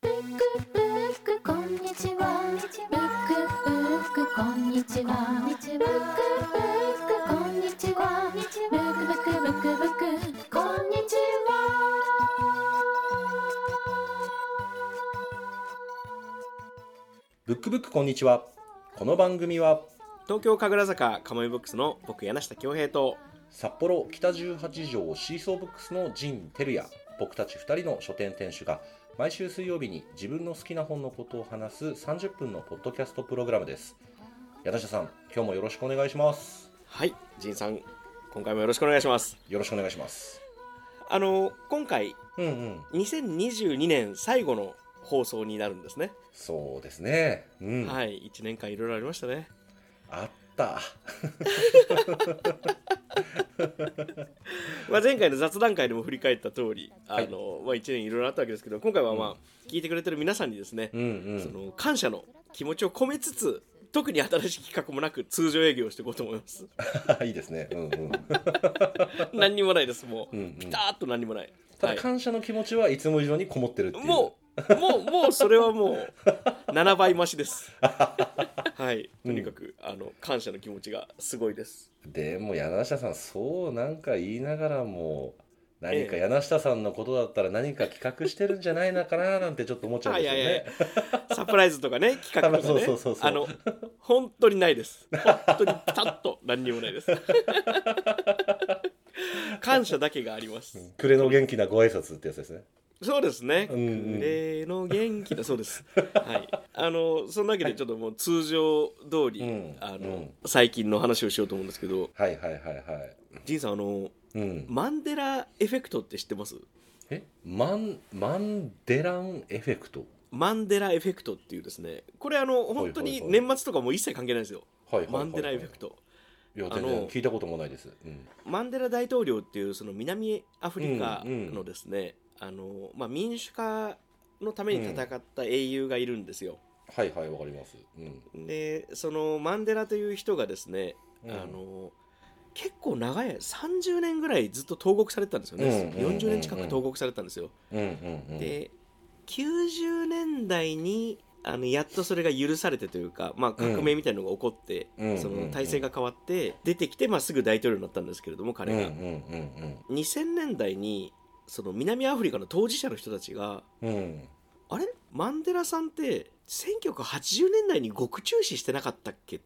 ブックブックこんにちはブックブックこんにちはブックブックこんにちはブックブックブックブックこんにちブックブックこんにちはこの番組は東京神楽坂カモメブックスの僕柳下恭平と札幌北18条シーソーブックスの陣照也僕たち2人の書店店主が毎週水曜日に自分の好きな本のことを話す30分のポッドキャストプログラムです柳下さん今日もよろしくお願いしますはい仁さん今回もよろしくお願いしますよろしくお願いしますあの今回うんうん2022年最後の放送になるんですね、そうですねうん、はい1年間いろいろありましたねあったまあ、前回の雑談会でも振り返った通り、あのまあ、1年いろいろあったわけですけど今回はまあ、うん聞いてくれてる皆さんにですね、うんうそんの感謝の気持ちを込めつつ特に新しい企画もなく通常営業をしていこうと思います いいですねうんうん何にもないですもう、うん うんピターっと何にもないたはだい感謝の気持ちはいつも以上にこもってるっていうもう、もう、もう、それはもう、7倍増 しです。はい、とにかく、あの、感謝の気持ちがすごいです。でも柳下さんそうなんか言いながらも何か柳下さんのことだったら何か企画してるんじゃないのかななんてちょっと思っちゃうんはでいすよはいね。はいや。サプライズと かね、企画とかそうね。そうそうそうあの、本当にないです。本当にピタッと何にもない です。感謝だけがあります。暮れの元気なご挨拶ってやつですね。そうですね。うんうん例の元気だそうです。はい。あの、そんなわけで、ちょっともう通常通り、うんあの、うん最近の話をしようと思うんですけど、はいはいはいはい。仁さん、あの、うん。マンデラエフェクトって知ってますえマンマンデランエフェクト。マンデラエフェクトっていうですねこれあのいはい本当に年末とかもう一切関係ないんですよ、はいはいはい、マンデラエフェクト。トいやあ全の然聞いたこともないです。うん。マンデラ大統領っていうその南アフリカうんうんのですね、あのまあ、民主化のために戦った英雄がいるんですよ、はいはいわかります。うん。でそのマンデラという人がですね、うんあの結構長い30年ぐらいずっと投獄されてたんですよね、うんうんうんうん40年近く投獄されてたんですよ、うんうんうん。で90年代にあのやっとそれが許されてというか、まあ、革命みたいなのが起こって、うんそうんうんうのん体制が変わって出てきて、まあ、すぐ大統領になったんですけれどうもん彼うんが、うん2000年代にその南アフリカの当事者の人たちがうんうん。あれマンデラさんって1980年代に獄中死してなかったっけっ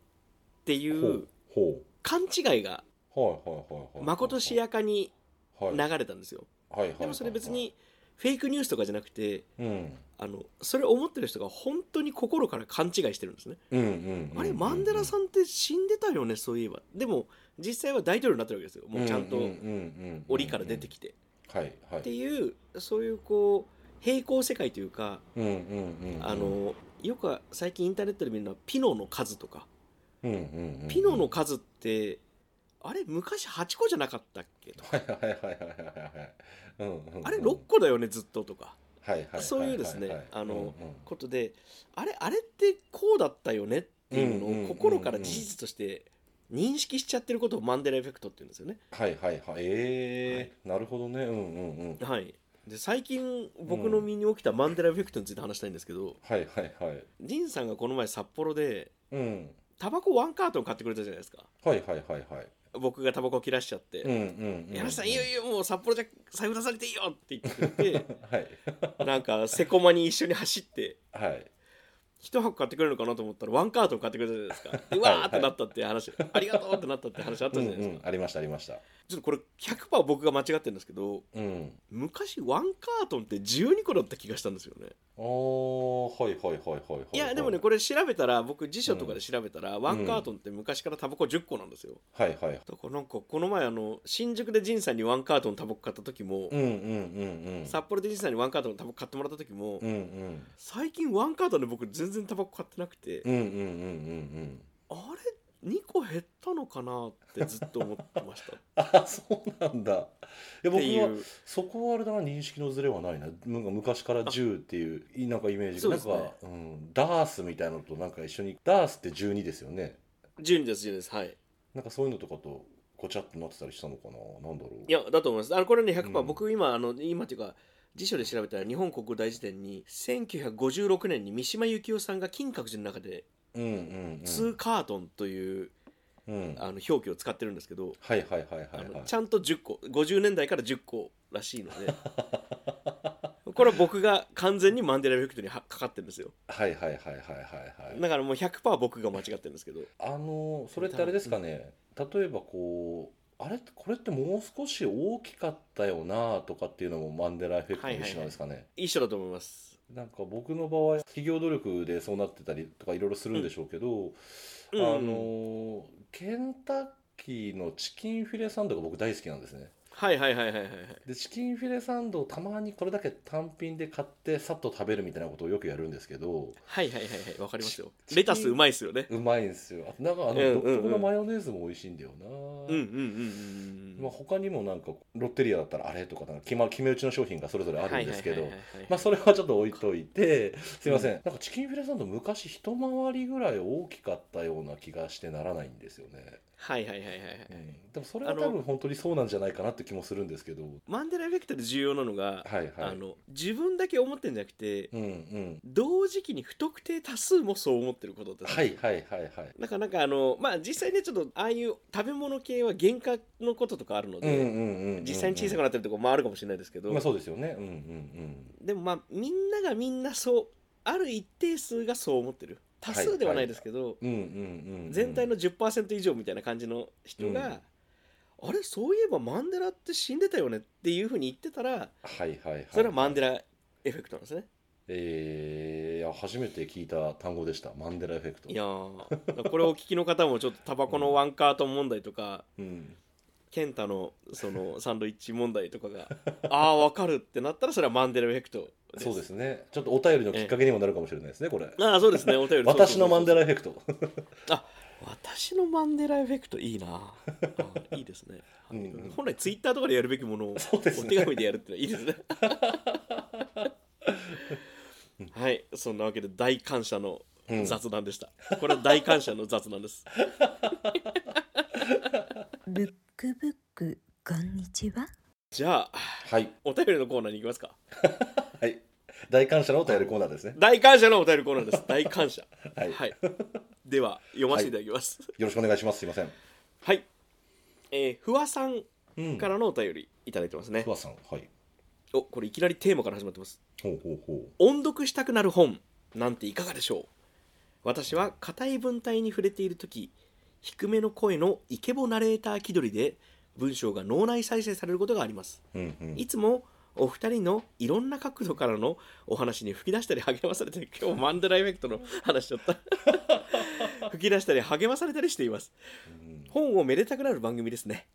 ていほううほ勘違いがう。はいはいはいはい。まことしやかにはい。はい流れたんですよ。はいはいはい。でもそれ別にフェイクニュースとかじゃなくてうん。あのそれを思ってる人が本当に心から勘違いしてるんですね、うんうんうんうん。あれマンデラんさんって死んでたよねそういえばでも実際は大統領になってるわけですよもうちゃんうとんうんうんうん檻から出てきて、はいはいっていうそういうこう平行世界というか、うんうんうんあのよくは最近インターネットで見るのはピノの数とか、うんうんうんピノの数ってあれ昔8個じゃなかったっけとか、はいはいはいはいはいはいうんうんうんあれ6個だよねずっととかはいはいはいはいはいそういうですねうんうんあのことであれあれってこうだったよねっていううんうんうんうのんを心から事実として認識しちゃってることをマンデラエフェクトって言うんですよね。はいはいはいえーなるほどねうんうんうんはい、で最近僕の身に起きたマンデラエフェクトについて話したいんですけど、はいはいはいジンさんがこの前札幌でうんタバコワンカートン買ってくれたじゃないですかはいはいはいはい僕がタバコを切らしちゃってうんうん「うん柳、さんいいよいいよもう札幌じゃ財布出されていいよ」って言ってくれはいてなんかセコマに一緒に走ってはい一箱買ってくれるのかなと思ったらワンカートン買ってくれたじゃないですかでうわーってなったって話、ありがとうってなったって話あったうじんゃないですか、うんありましたありましたちょっとこれ100%僕が間違ってるんですけどうん昔ワンカートンって12個だった気がしたんですよねあーはいはいはいはいはいいやでもねこれ調べたら僕辞書とかで調べたら、ワンカートンって昔からタバコ10個なんですよはいはいだからなんかこの前あの新宿で仁さんにワンカートンタバコ買った時も、うんうんうんうん札幌で仁さんにワンカートンタバコ買ってもらった時も、うんうん最近ワンカートンで僕全然タバコ買ってなくて、うんうんうんうんうんあれ2個減ったのかなってずっと思ってました っあそうなんだいや僕ていはうそこはあれだな認識のズレはないななんか昔から10っていういなんかイメージそうが、でなんすか、ねうん、ダースみたいなのとなんか一緒にダースって12ですよね12です12ですはいなんかそういうのとかとごちゃっとなってたりしたのかななんだろういやだと思いますあのこれね100%、うん僕今あの今っていうか辞書で調べたら日本国語大辞典に1956年に三島由紀夫さんが金閣寺の中でうんうん「うツーカートン」という、ん、うん、あの表記を使ってるんですけど、はいはいはいはいあはのいちゃんと10個50年代から10個らしいので これは僕が完全にマンデラエフェクトにはかかってるんですよはいはいはいはいはいはいだからもう100%僕が間違ってるんですけどあのそれってあれですかね例えばこうあれってこれってもう少し大きかったよなとかっていうのもマンデラエフェクトの一種なんですかね、一緒だと思いますなんか僕の場合企業努力でそうなってたりとかいろいろするんでしょうけど、うんあのケンタッキーのチキンフィレサンドが僕大好きなんですねはいはいはいはいはいはいでチキンフィレサンドをたまにこれだけ単品で買ってさっと食べるみたいなことをよくやるんですけどはいはいはいはいわかりますよチキンレタスうまいっすよねうまいんですよあとなんかあのうんうんうん独特のマヨネーズも美味しいんだよな、うんうんうんうんうんまあ、他にもなんかロッテリアだったらあれとかなんか決ま決め打ちの商品がそれぞれあるんですけどはいはいはいはいはいまあそれはちょっと置いといてすいません、なんかチキンフィレサンド昔一回りぐらい大きかったような気がしてならないんですよね、はいはいはいはいはいでもそれは多分本当にそうなんじゃないかなって気もするんですけどマンデラエフェクトで重要なのが、はいはいあの自分だけ思ってるんじゃなくて、うんうん同時期に不特定多数もそう思ってることだったはいはいはいはいなんかなんかあのまあ実際ねちょっとああいう食べ物系は原価のこととかあるのうんうんで、うんうん実際に小さくなってるところもあるかもしれないですけど、まあそうですよねうんうんうんでもまあみんながみんなそうある一定数がそう思ってる多数ではないですけど、うんうんうん全体のの10%以上みたいな感じの人が、あれそういえばマンデラって死んでたよねっていうふうに言ってたらはいはいはいそれはマンデラエフェクトなんですね。えー、いや初めて聞いた単語でしたマンデラエフェクトいやーこれをお聞きの方もちょっとタバコのワンカートン問題とか、うんケンタのそのサンドイッチ問題とかが ああ分かるってなったらそれはマンデラエフェクトですそうですね。ちょっとお便りのきっかけにもなるかもしれないですね、これ。ああそうですねお便りそうそうそう私のマンデラエフェクト。私のマンデラエフェクトいいなあーいいですね、はいうん本来ツイッターとかでやるべきものをそうですねお手紙でやるってのはいいですねはいそんなわけで大感謝のうん雑談でした、これは大感謝の雑談ですブックブックこんにちはじゃあはい。お便りのコーナーに行きますかはい。大感謝のお便りコーナーですね。大感謝のお便りコーナーです大感謝はい。よでは読ませていただきますろしくお願いします。すいません。はい、えー、ふわさんうん。からのお便りいただいてますねふ、わさん。はい。おこれいきなりテーマから始まってますほうほうほ音読したくなる本なんていかがでしょう私は硬い文体に触れている時低めの声のイケボナレーター気取りで文章が脳内再生されることがありますう。うんうん。いつもお二人のいろんな角度からのお話に吹き出したり励まされたり今日マンデラエフェクトの話しちゃった吹き出したり励まされたりしています本をめでたくなる番組ですね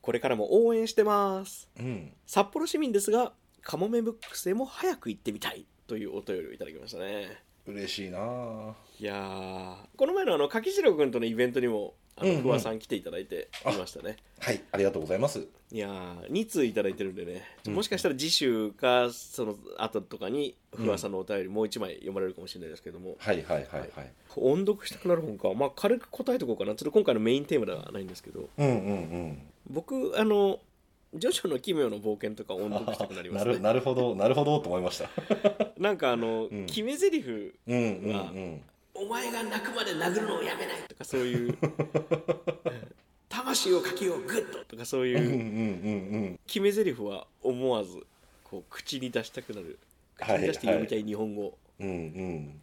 これからも応援してますうん。札幌市民ですがカモメブックスへも早く行ってみたいというお便りをいただきましたね嬉しいなあいやーこの前のあの柿次郎君とのイベントにもあうんうのん不破さん来ていただいていましたね、はい。ありがとうございます。いやー2通いただいてるんでねうんもしかしたら次週かその後とかに不破さんのお便りもう1枚読まれるかもしれないですけども、はいはいはいはい。音読したくなる本か、まあ、軽く答えとこうかなちょっと今回のメインテーマではないんですけどうんうん僕あの「ジョジョの奇妙な冒険」とか音読したくなりうん。まなすねるなるほどなるほどと思いました。なんかあの、うん決め台詞うんうんうん。お前が泣くまで殴るのをやめないとかそういう 魂をかけようグッととかそううんうんいううん決め台詞は思わずこう口に出したくなる口に出して読みたい日本語うんうん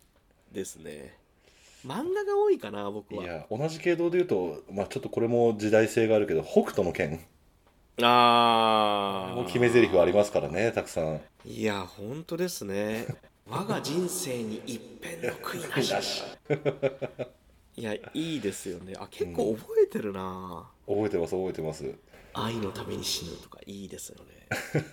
ですね、漫画が多いかな僕うん。いはや同じ系統で言うとまあちょっとこれも時代性があるけど北斗の拳ああもう決め台詞ありますからねたくさん。いや本当ですね我が人生に一片の悔いなしなしいやいいですよねあ結構覚えてるな、覚えてます覚えてます愛のために死ぬとかいいですよね。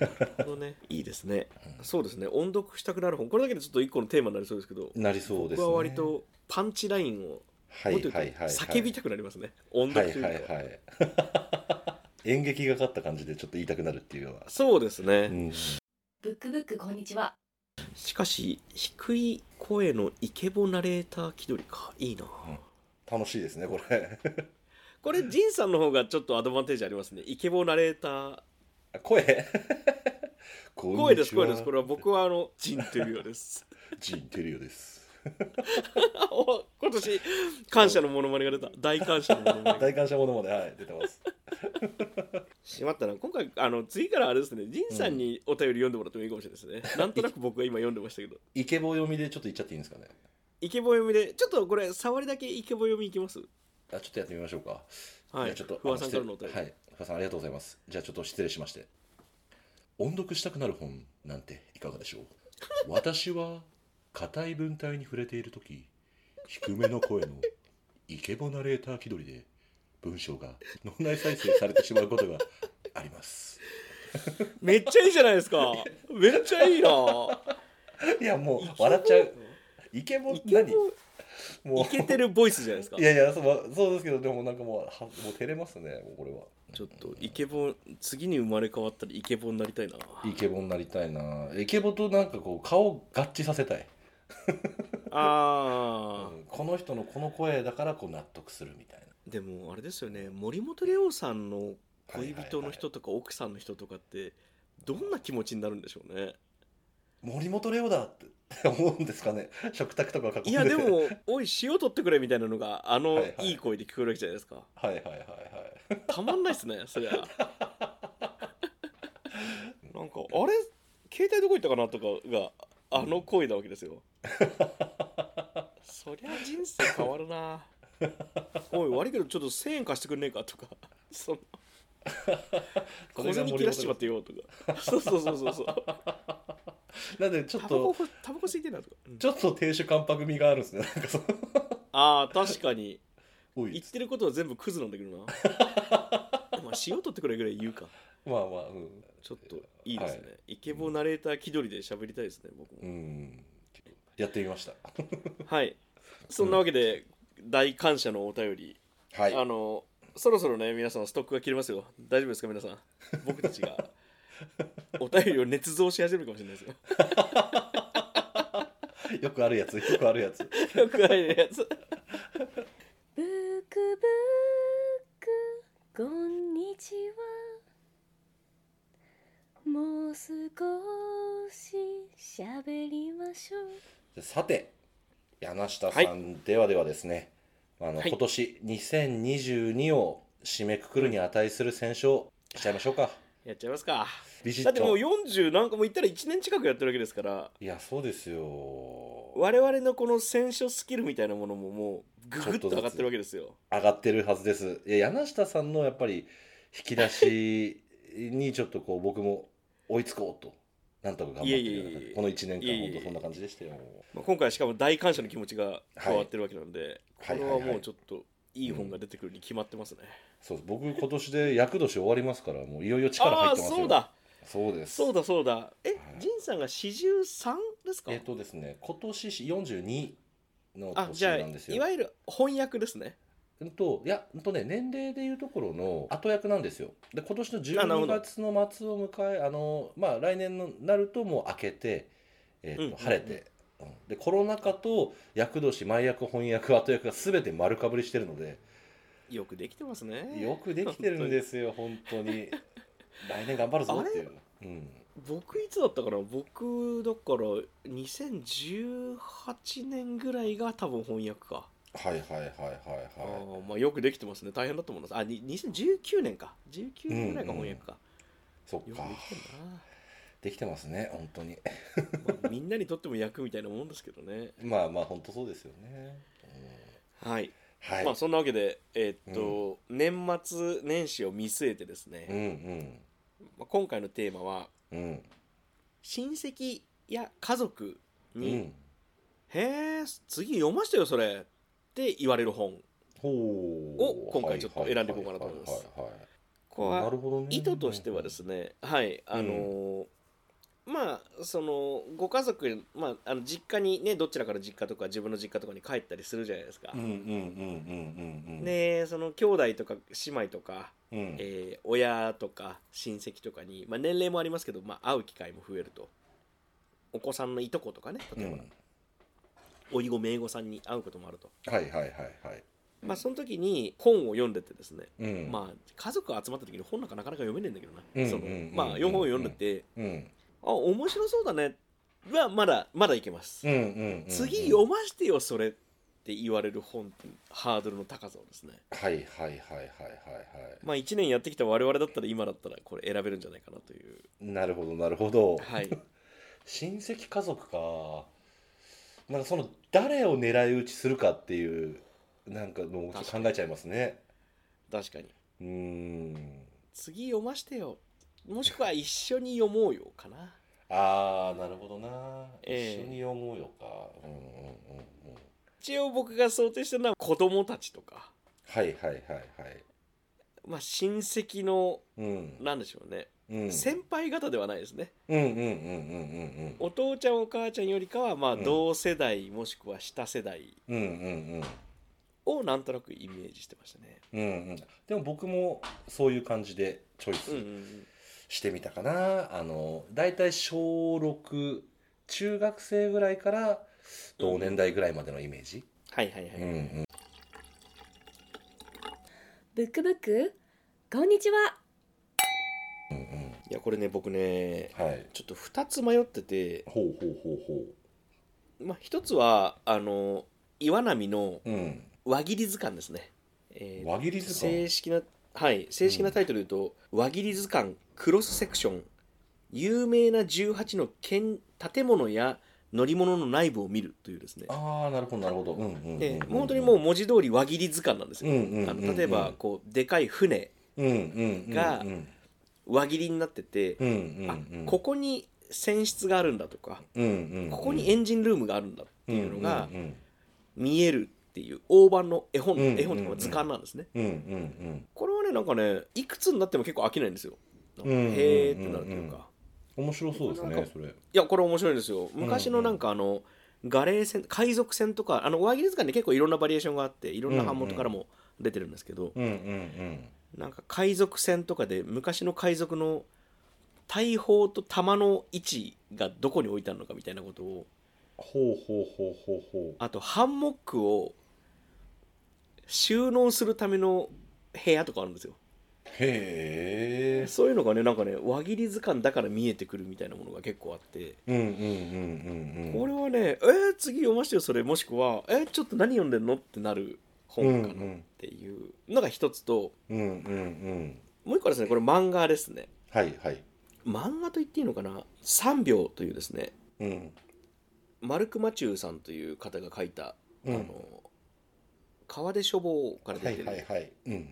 なるほどね。 いいですね。そうですね。音読したくなる本。これだけでちょっと一個のテーマになりそうですけど、なりそうです僕は割とパンチラインを、はいはもっとい言はういとはい叫びたくなりますね。音は読いとはいいうかはは。い 演劇がかった感じでちょっと言いたくなるっていうようなそうですね、うんブックブックこんにちはしかし、低い声のイケボナレーター気取りか。いいな。楽しいですねこれ これ仁さんの方がちょっとアドバンテージありますねイケボナレーターあ声 こんにちは声です声ですこれは僕はあの仁というようです ジンテリオですあお今年感謝のモノマネが出た大感謝のモノマネ大感謝ものまではい出てますしまったな今回あの次からあれですね仁さんにお便り読んでもらってもいいかもしれないですね、 なんとなく僕は今読んでましたけどイケボ読みでちょっと言っちゃっていいんですかねイケボ読みでちょっとこれ触りだけイケボ読みいきますあちょっとやってみましょうかはいやちょっと不破さんからのおあ便り、失礼はい不破さんありがとうございますじゃあちょっと失礼しまして音読したくなる本なんていかがで しょう私は硬い文体に触れている時低めの声のイケボナレーター気取りで文章が脳内再生されてしまうことがありますめっちゃいいじゃないですか めっちゃいいないやもう笑っちゃうイケボイケ何ボもイケてるボイスじゃないですかういやいやそうそうですけどでもなんかもうはもう照れますねもうこれはちょっとイケボ次に生まれ変わったらイケボになりたいなイケボになりたいなイケボとなんかこう顔を合致させたいあうんこの人のこの声だからこう納得するみたいーでもあれですよね森本レオさんのな恋人の人はとか奥さんの人とかってどんな気持ちになるんでしょうねいはいはい森本レオだって 思うんですかね食卓とか囲んでていやでも「おい塩取ってくれ」みたいなのがあはのいはいいい声で聞こえるわけじゃないですかはいはいはいはいたまんないっ すねそりゃなんかあれ携帯どこ行ったかなとかがあの声なわけですよそりゃ人生変わるなおい悪いけどちょっと1000円貸してくんねえかとかそ のこ小銭切らしちまってよとかそうそうそうそうそうなんでちょっタバコとふタバコ吸いてんなとか、うんちょっと亭主関白味があるんですねなんかその ああ確かにお言いってることは全部クズなんだけ どなまあ塩取ってくれぐらい言うかまあまあうんちょっといいですね、はイケボナレーター気取りで喋りたいですね僕も、うんやってみましたはいそんなわけで、大感謝のお便り、はあのそろそろね皆さんストックが切れますよ大丈夫ですか皆さん僕たち がお便りを捏造し始めるかもしれないですよよくあるやつよくあるやつ よくあるやつブクブクこんにちはもう少し喋りましょうさて柳下さはんではではですね、あのはい今年2022を締めくくるに値する選書をしちゃいましょうかやっちゃいますかビシだっッてもとうい40なんかもう言ったら1年近くやってるわけですからやそうですよ上我々のこの選書スキルみたいなものももうググッと上がってるわけですよがってるはずですいや柳下さんのやっぱり引き出しにちょっとこう僕も追いつこうとなんとか頑張ってるような感じいえいえいえこの1年いえいえ間いえ本当そんな感じでしたよまあ、今回しかも大感謝の気持ちが加わってるわけなので、はいこれはははいいもはういちょっといい本が出てくるに決まってますね、そう僕今年で厄年終わりますからもういよいよ力入あっあてますよそうだそうですそうだそうだえはい仁さんが43ですかえっとですね、今年42のあ年じゃあなんですいよ。わゆる翻訳ですねうんと、いや、うんとね、年齢でいうところの後役なんですよ。で、今年のあなる12ほど月の末を迎え、あの、まあ、来年のなるともう明けて、えっとうんうんうん晴れて、うんで、コロナ禍と厄年、前役、翻訳、後役が全て丸かぶりしてるので、よくできてますねよくできてるんですよ、本当 に。来年頑張るぞっていう。うん。僕いつだったかな僕だから2018年ぐらいが多分翻訳か、はいはいはいはいあはあまあよくできてますね大変だと思いますあに2019年か19年ぐらいがうんうん翻訳い。か、そっよかく。できてるなできてますね、本当に。まあみんなにとっても役みたいなもんですけどね。まあまあ本当そうですよね。はい。うん、はい。まあそんなわけで、えーっと、年末年始を見据えてですうね、んまあ、今回のテーマはうんうん親戚や家族うに、ん。へえ、次読ましてよそれって言われる本。ほうを今回ちょっと選んでいこうかなと思いますはははこはいはい。なはるほどね。意図としてはですね、はい、あのーまあそのご家族、まあ、あの実家にねどちらから実家とか自分の実家とかに帰ったりするじゃないですかうん。うんうんうんうんうん。。でその兄弟とか姉妹とかうん。えー親とか親戚とかに、まあ、年齢もありますけど、まあ、会う機会も増えるとお子さんのいとことかねう例えんば、おいごめいごさんに会うこともあるとはいはいはいはい。まあ、その時に本を読んでてですね、うんまあ、家族が集まった時に本なんかなかなか読めねえんだけどな、うんそうんうんうのんまあ、4本読んでて、うんあ面白そうだねはまだまだいけます、うんうんうんうん次読ましてよそれって言われる本ってハードルの高さをですねはいはいはいはいはいはまあ1年やってきた我々だったら今だったらこれ選べるんじゃないかなといういなるほどなるほどはい親戚家族かなんかその誰を狙い撃ちするかっていうなんかのを考確かにえちゃいますね確かにうーん次読ましてよもしくは一緒に読もうよかなああなるほどな、ええ一緒に読もうよかうんうんうんうん一応僕が想定してるのは子供たちとかはいはいはいはいまあ親戚のうんなんでしょうね、うん先輩方ではないですねうんうんうんうんお父ちゃんお母ちゃんよりかはまあうん同世代もしくは下世代うんうんうんをなんとなくイメージしてましたねうんうんうんでも僕もそういう感じでチョイうんうんうスんしてみたかな、あのだいたい小6中学生ぐらいから同年代ぐらいまでのイメージ、はいはいはい、うんうん、ブックブックこんにちはいやこれね僕ねはいちょっと2つ迷っててほうほうほうほまあ一つはあの岩波のううん輪切り図鑑ですね、えー輪切り図鑑正式なはい正式なタイトルで言うと「輪切り図鑑クロスセクション有名な18の建建物や乗り物の内部を見る」というですねああなるほどなるほどうんうんうん、えーもう本当にもう文字通り輪切り図鑑なんですよ、うんうんうんうんあの例えばこうでかい船うんうんうんがうん輪切りになってて、うんうんあうんここに船室があるんだとか、うんうんうんここにエンジンルームがあるんだっていうのがうん見えるっていう大判の絵本、うんうんうん絵本とかの図鑑なんですねうんうんこれはねなんかねいくつになっても結構飽きないんですよなんかうんうんうんうんへーってなるというかうん面白そうですなんねかそれいやこれ面白いですよ昔のなんかあのガレー船海賊船とかあの輪切り図鑑で結構いろんなバリエーションがあっていろんな版元からも出てるんですけどうんうんうんなんか海賊船とかで昔の海賊の大砲と弾の位置がどこに置いてあるのかみたいなことをほうほうほうほうほうあとハンモックを収納するための部屋とかあるんですよへえそういうのがねなんかね輪切り図鑑だから見えてくるみたいなものが結構あってうんうんうんうんうんこれはねえー次読ましてよそれもしくはえーちょっと何読んでんのってなる本かうんうなっんていうのが一つとうんうんうんもう一個はですねこれ漫画ですねはいはい漫画と言っていいのかな3秒というですねうんマルク・マチューさんという方が書いた、うんあの川出書房からは出ている、はいはいうん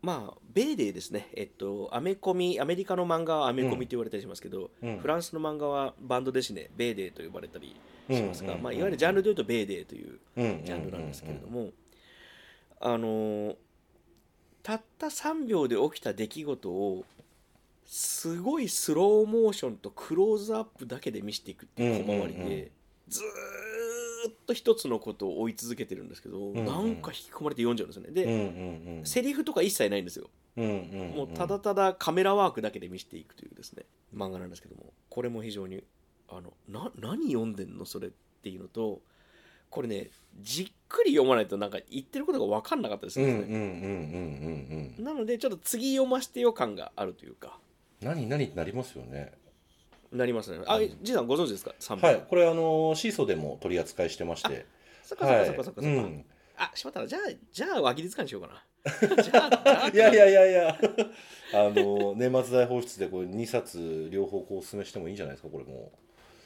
まあ米でですねえっとアメコミアメリカの漫画はアメコミって言われたりしますけど、うんフランスの漫画はバンドですねベーデーと呼ばれたりしますうんが、うんうんまあ、いわゆるジャンルでいうとベーデーといジうジャャンルなんですけれども、あのーたった3秒で起きた出来事をすごいスローモーションとクローズアップだけで見せていくっていう小回りで、うんうんうんずーっと一つのことを追い続けてるんですけど、んうんなんか引き込まれて読んじゃうんですよねで、うんうんうんセリフとか一切ないんですようんうんもうただただカメラワークだけで見せていくというですね漫画なんですけどもこれも非常にあのな何読んでんのそれっていうのとこれねじっくり読まないとなんか言ってることが分かんなかったですうんるうんんですうんうんね、うんうんなのでちょっと次読ましてよ感があるというか何何ってなりますよねなりますねあうんじいさんご存知ですか3はいこれあのシーソーでも取り扱いしてましてそっかそっはかいそっかそっかそっか、うんあしまったらじゃあじゃあ輪切り図鑑にしよう かなじゃあいやいやいやいやあの年末大放出でこれ2冊両方こうお勧めしてもいいんじゃないですかこれも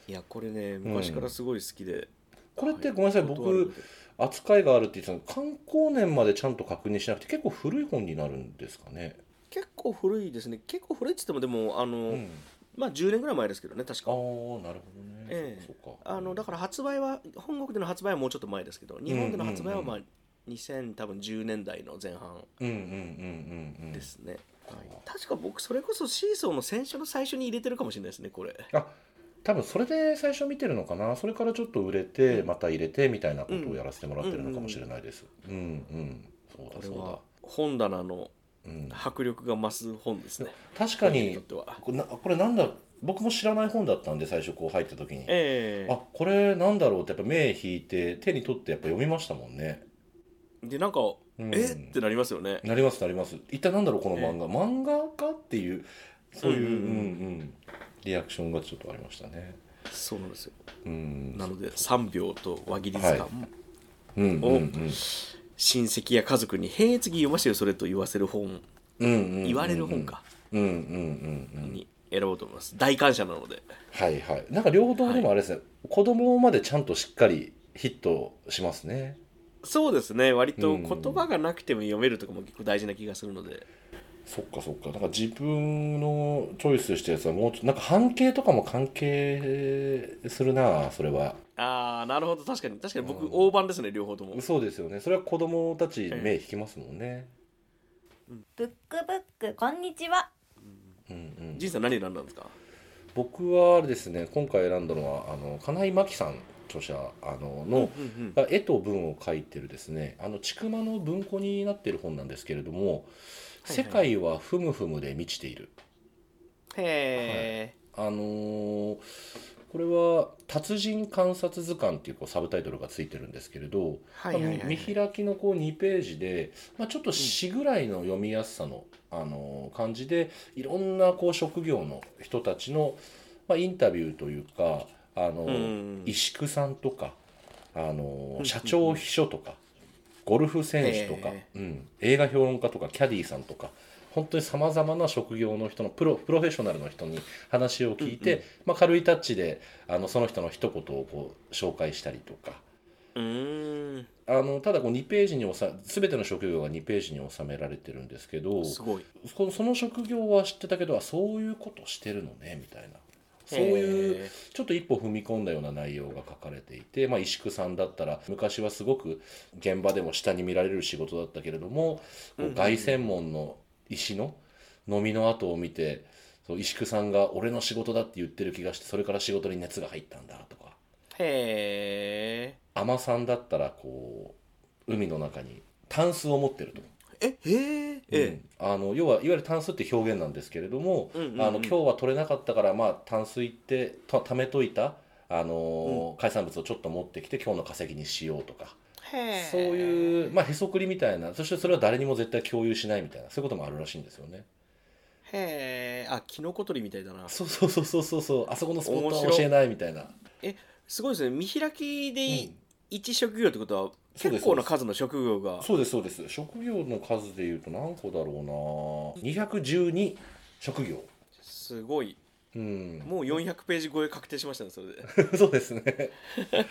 いやこれね昔からすごい好きで、これってごめんなさいはい僕扱いがあるって言ってたの観光年までちゃんと確認しなくて結構古い本になるんですかね結構古いですね結構古いっつってもでもあの、うんまあ10年ぐらい前ですけどね確ああかなるほどね、ええそうかそうかあのだから発売は本国での発売はもうちょっと前ですけど日本での発売はまあ2010年代の前半うんうんうんうんうんですね、はい確か僕それこそシーソーの選書の最初に入れてるかもしれないですねこれあ多分それで最初見てるのかなそれからちょっと売れてまた入れてみたいなことをやらせてもらってるのかもしれないですうんうんそうこだれそうだは本棚のうん迫力が増す本ですね確か僕にとにってはこれなこれなんだ僕も知らない本だったんで最初こう入った時にええあこれなんだろうってやっぱ目引いて手に取ってやっぱ読みましたもんねでなんか、うんえってなりますよねなりますなります一体なんだろうこの漫画漫画かっていうそういう,、ううんうんうんんリアクションがちょっとありましたねそうなんですようんなので3秒と輪切り図鑑、はうんうんうん親戚や家族に「へえ次読ましてよそれ」と言わせる本うんうんうん言われる本かうんうんうんうんに選ぼうと思います大感謝なのではいはいなんか両方ともでもあれですね、子供までちゃんとしっかりヒットしますねそうですね割うとん言葉がなくても読めるとかも結構大事な気がするのでそっかそっかなんか自分のチョイスしたやつはもうちょっとなんか半径とかも関係するなそれはああなるほど確かに確かに僕、うん大盤ですね両方ともそうですよねそれは子供たち目引きますもんね、ブックブックこんにちはうんうん、仁さん何選んだんですか僕はあれですね今回選んだのはあの金井真紀さん著者あのの、うんが絵と文を書いてるですねあの千曲の文庫になってる本なんですけれども「はいはい世界はふむふむで満ちている」へえ、あのーこれは「達人観察図鑑」っていうこうサブタイトルがついてるんですけれど、はい、はいはいはいあの見開きのこう2ページで、まあ、ちょっと詩ぐらいの読みやすさの、あの感じでいろんなこう職業の人たちの、まあ、インタビューというかあの、うん石工さんとかあのうん社長秘書とかゴルフ選手とか、へうん、映画評論家とかキャディーさんとか本当にさまざまな職業の人のプロプロフェッショナルの人に話を聞いて、うんうまあ、軽いタッチであのその人の一言をこう紹介したりとか。うーんあのただこう2ページに収全ての職業が2ページに収められてるんですけどすごいこのその職業は知ってたけどあそういうことしてるのねみたいなそういうへちょっと一歩踏み込んだような内容が書かれていて、まあ、石工さんだったら昔はすごく現場でも下に見られる仕事だったけれどもこうんうんううん凱旋門の石の飲みの跡を見てそう石工さんが「俺の仕事だ」って言ってる気がしてそれから仕事に熱が入ったんだとか。ーへ海女さんだったらこう海の中にタンスを持ってると、ーえへーえうんあの要はいわゆるタンスって表現なんですけれども、うんうんうんあの今日は取れなかったからまあタンス行ってた貯めといた、あのー海産物をちょっと持ってきて今日の稼ぎにしようとか、へーそういう、まあ、へそくりみたいなそしてそれは誰にも絶対共有しないみたいなそういうこともあるらしいんですよね。へえあキノコ取りみたいだなそうそうそうそうそうそうあそこのスポットは教えないみたいな。すごいですね見開きでうん一職業ってことはそうです結構な数の職業がそうですそうです職業の数でいうと何個だろうな212職業すごいうん、もう400ページ超え確定しましたねそれでそうですねだ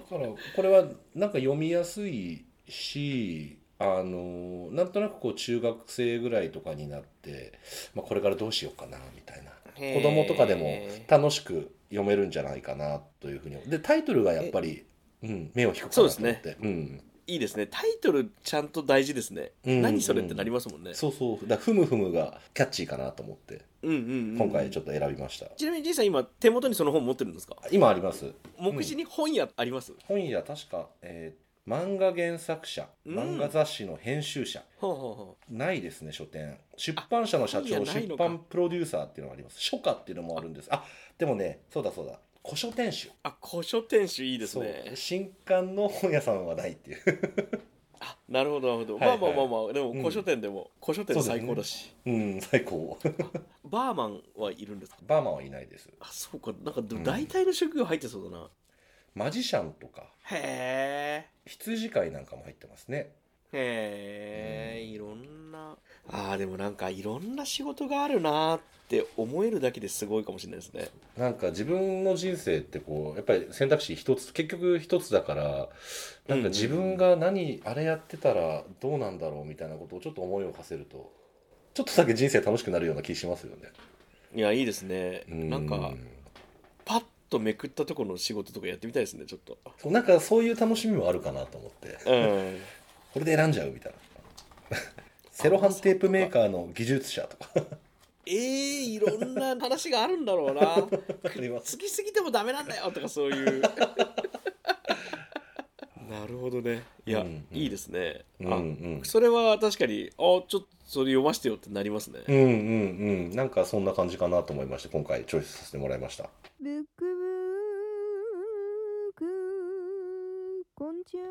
からこれはなんか読みやすいしあのなんとなくこう中学生ぐらいとかになって、まあ、これからどうしようかなみたいなへー 子供とかでも楽しく読めるんじゃないかなというふうにでタイトルがやっぱり、うん、目を引くかそうなですと思ねってうん、いいですねタイトルちゃんと大事ですね、うん何それってなりますもんね、そうそうだからふむふむがキャッチーかなと思ってうんうんうん今回ちょっっと選びました、とちなみにじいさん今手元にその本持ってるんですか今あります目次に本屋あります、本屋確か、えー漫画原作者うん漫画雑誌の編集者、ほうほうほうないですね書店出版社の社あ長本屋ない出のか版プロデューサーっていうのがあります書家っていうのもあるんですあでもねそうだそうだ古書店主あ古書店主いいですそうね新刊の本屋さんはないっていう あなるほどなるほど、はいはいまあまあまあまあでもうん古書店でも、古書店最高だし、うん最高バーマンはいるんですかバーマンはいないですあそうかなんかでも大体の職業入ってそうだな、マジシャンとかへ羊飼いなんかも入ってますねえへえいろんなあーでもなんかいろんな仕事があるなーって思えるだけですごいかもしれないですねなんか自分の人生ってこうやっぱり選択肢一つ結局一つだからなんか自分が何あれやってたらどうなんだろうみたいなことをちょっと思いを馳せるとちょっとだけ人生楽しくなるような気しますよね。いやいいですねうなんかパッとめくったところの仕事とかやってみたいですねちょっとそうなんかそういう楽しみもあるかなと思って うんこれで選んじゃうみたいな セロハンテープメーカーの技術者とかえー、いろんな話があるんだろうなあります好きすぎてもダメなんだよとかそういう なるほどねいや、うんうんいいですね、うあんうんそれは確かにあちょっとそれ読ませてよってなりますね、うんうんうんなんかそんな感じかなと思いまして今回チョイスさせてもらいましたブックブックこんにちは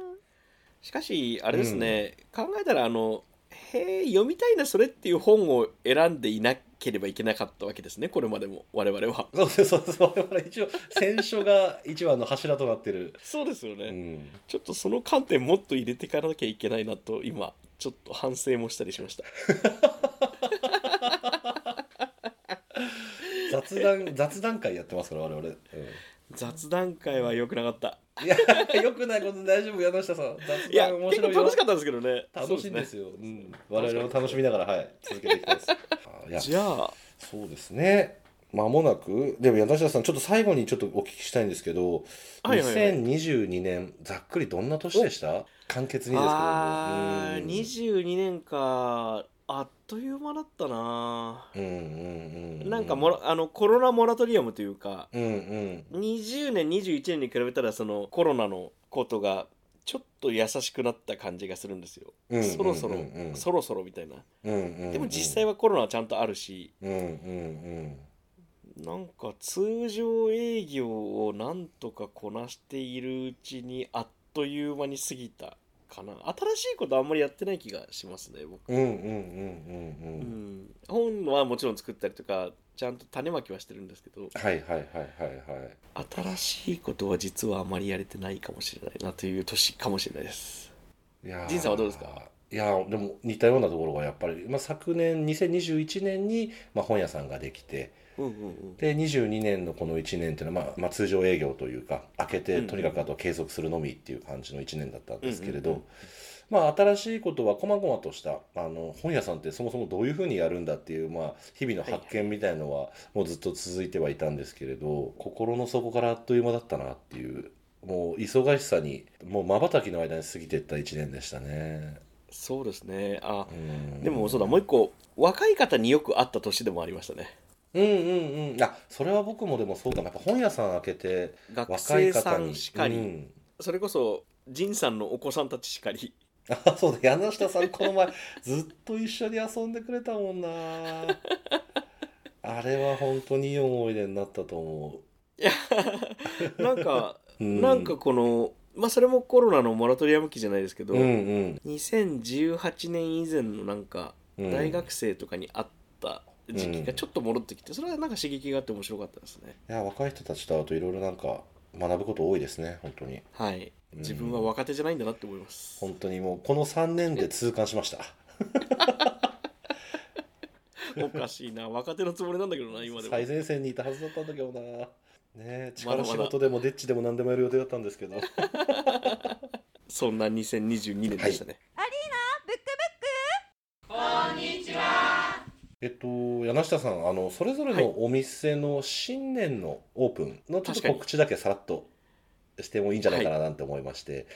しかしあれですね、考えたらあの「へえ読みたいなそれ」っていう本を選んでいなければいけなかったわけですねこれまでも我々はそうそうそうそう我々一応選書が一番の柱となってる、そうですよね、うん、ちょっとその観点もっと入れていかなきゃいけないなと今ちょっと反省もしたりしました雑 談雑談会やってますから我々、うん雑談会は良くなかったいやよくないこと大丈夫柳下さん雑いや談面結構白いよ楽しかったんですけどね楽しいんですそうようん、我々も楽しみながらはい続けていきたいです あいでやすねじゃあそうですねまもなくでも柳下さんちょっと最後にちょっとお聞きしたいんですけど、はいはいはい2022年ざっくりどんな年でした簡潔にですけどもあーうん22年かあっという間だったな、うんうんうんうなんかもらあのコロナモラトリアムというかうんうん20年21年に比べたらそのコロナのことがちょっと優しくなった感じがするんですよ、うんそろそろ、うんうんうんそろそろみたいなうんうんうんでも実際はコロナはちゃんとあるし、うんうんなんか通常営業をなんとかこなしているうちにあっという間に過ぎたかな新しいことあんまりやってない気がしますね僕、うんうんうんうんうんううんん、本はもちろん作ったりとかちゃんと種まきはしてるんですけどはいはいはいはいはい新しいことは実はあまりやれてないかもしれないなという年かもしれないですいやー仁さんはどうですかいやーでも似たようなところがやっぱり、まあ、昨年2021年に、まあ、本屋さんができてうんうんうんで22年のこの1年っていうのは、まあまあ、通常営業というか開けうんてうんとにかくあとは継続するのみっていう感じの1年だったんですけれうんうんど、まあ、新しいことはこまごまとしたあの本屋さんってそもそもどういうふうにやるんだっていう、まあ、日々の発見みたいのはもうずっと続いてはいたんですけれど心の底からあっという間だったなっていうもう忙しさにもうまばたきの間に過ぎていった1年でしたね。そうですねあうんでもそうだもう一個若い方によく会った年でもありましたねうんうんうんあそれは僕もでもそうかもやっぱ本屋さん開けて学若い生方さにんしかり、うんそれこそ仁さんのお子さんたちし かりあそうだ柳下さんこの前ずっと一緒に遊んでくれた もんなあれは本当にいい思い出になったと思いやなんか、う、うん、なんかこのまあそれもコロナのモラトリアム期じゃないですけど、うんうん2018年以前のなんかうん大学生とかに会った時期がうんちょっと戻ってきてそれはなんか刺激があって面白かったですねいや若い人たちと会うといろいろなんか学ぶこと多いですね本当にはいうん自分は若手じゃないんだなって思います、本当にもうこの3年で痛感しましたおかしいな若手のつもりなんだけどな今でも最前線にいたはずだったんだけどなねえま力だまだ仕事でもデッチでも何でもやる予定だったんですけどそんな2022年でしたね、えっと柳下さんあのそれぞれはいのお店の新年のオープンのちょっ確とかに告知だけさらっとしてもいいんじゃないかななんて思いまして、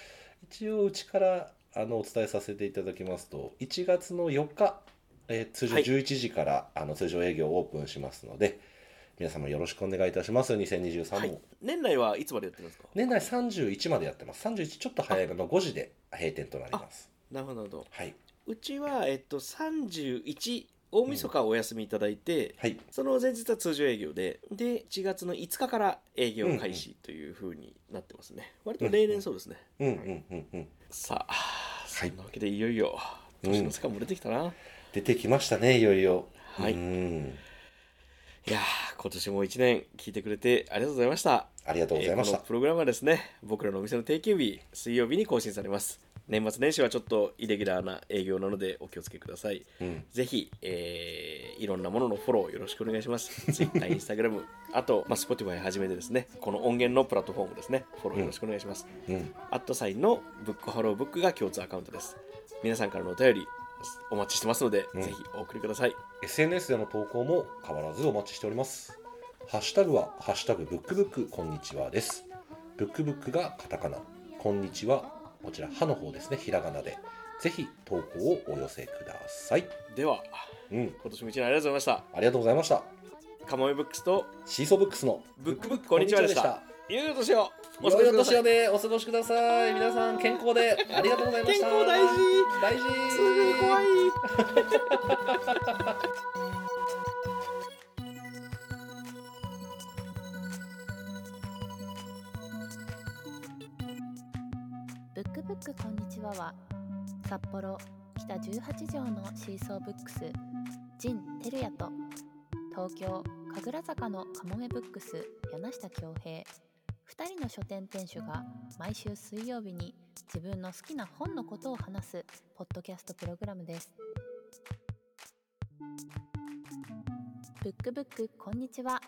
一応うちからあのお伝えさせていただきますと1月の4日、えー通常はい11時から、あの通常営業オープンしますので皆様よろしくお願いいたします2023も、はい年内はいつまでやってるんですか年内31までやってます31ちょっと早いのの5時で閉店となりますなるほどなるほどはいうちは、えっと、31大晦日はお休みいただいて、はいその前日は通常営業でで1月の5日から営業開始というふうになってますね、割と例年そうですね、うんうんうんうんさあそんなわけでいよいようん年の差も出てきたな、出てきましたねいよいよはいうんいやー今年も1年聞いてくれてありがとうございましたありがとうございましえーたこの。プログラムはですね僕らのお店の定休日水曜日に更新されます年末年始はちょっとイレギュラーな営業なのでお気をつけくださいうん、ぜひ、えーいろんなもののフォローよろしくお願いします。Twitter、Instagram、あ と、まあ、Spotify はじめてですね、この音源のプラットフォームですね、フォローよろしくお願いします。うん、アットサインのブックハローブックが共通アカウントです。皆さんからのお便りお待ちしてますので、うんぜひお送りください。 SNS での投稿も変わらずお待ちしております。ハッシュタグはハッシュタグブックブックこんにちはです。ブックブックがカタカナ、こんにちはこちら歯の方ですね、ひらがなで。ぜひ投稿をお寄せください。では、うん、今年も一年ありがとうございまありがとうございました。した。かまめブックスと、シーソーブックスのブックブックこんにちはでした。ゆうとしよう。お過ごしください。い。でお過ごしください。皆さん健康でありがとうございまし健た。康大事。大事。すごい怖い。ブクブクックこんにちはは札幌北18条のシーソーブックスジン・テルヤと東京神楽坂のカモメブックス柳下恭平2人の書店店主が毎週水曜日に自分の好きな本のことを話すポッドキャストプログラムです。ブックブックこんにちは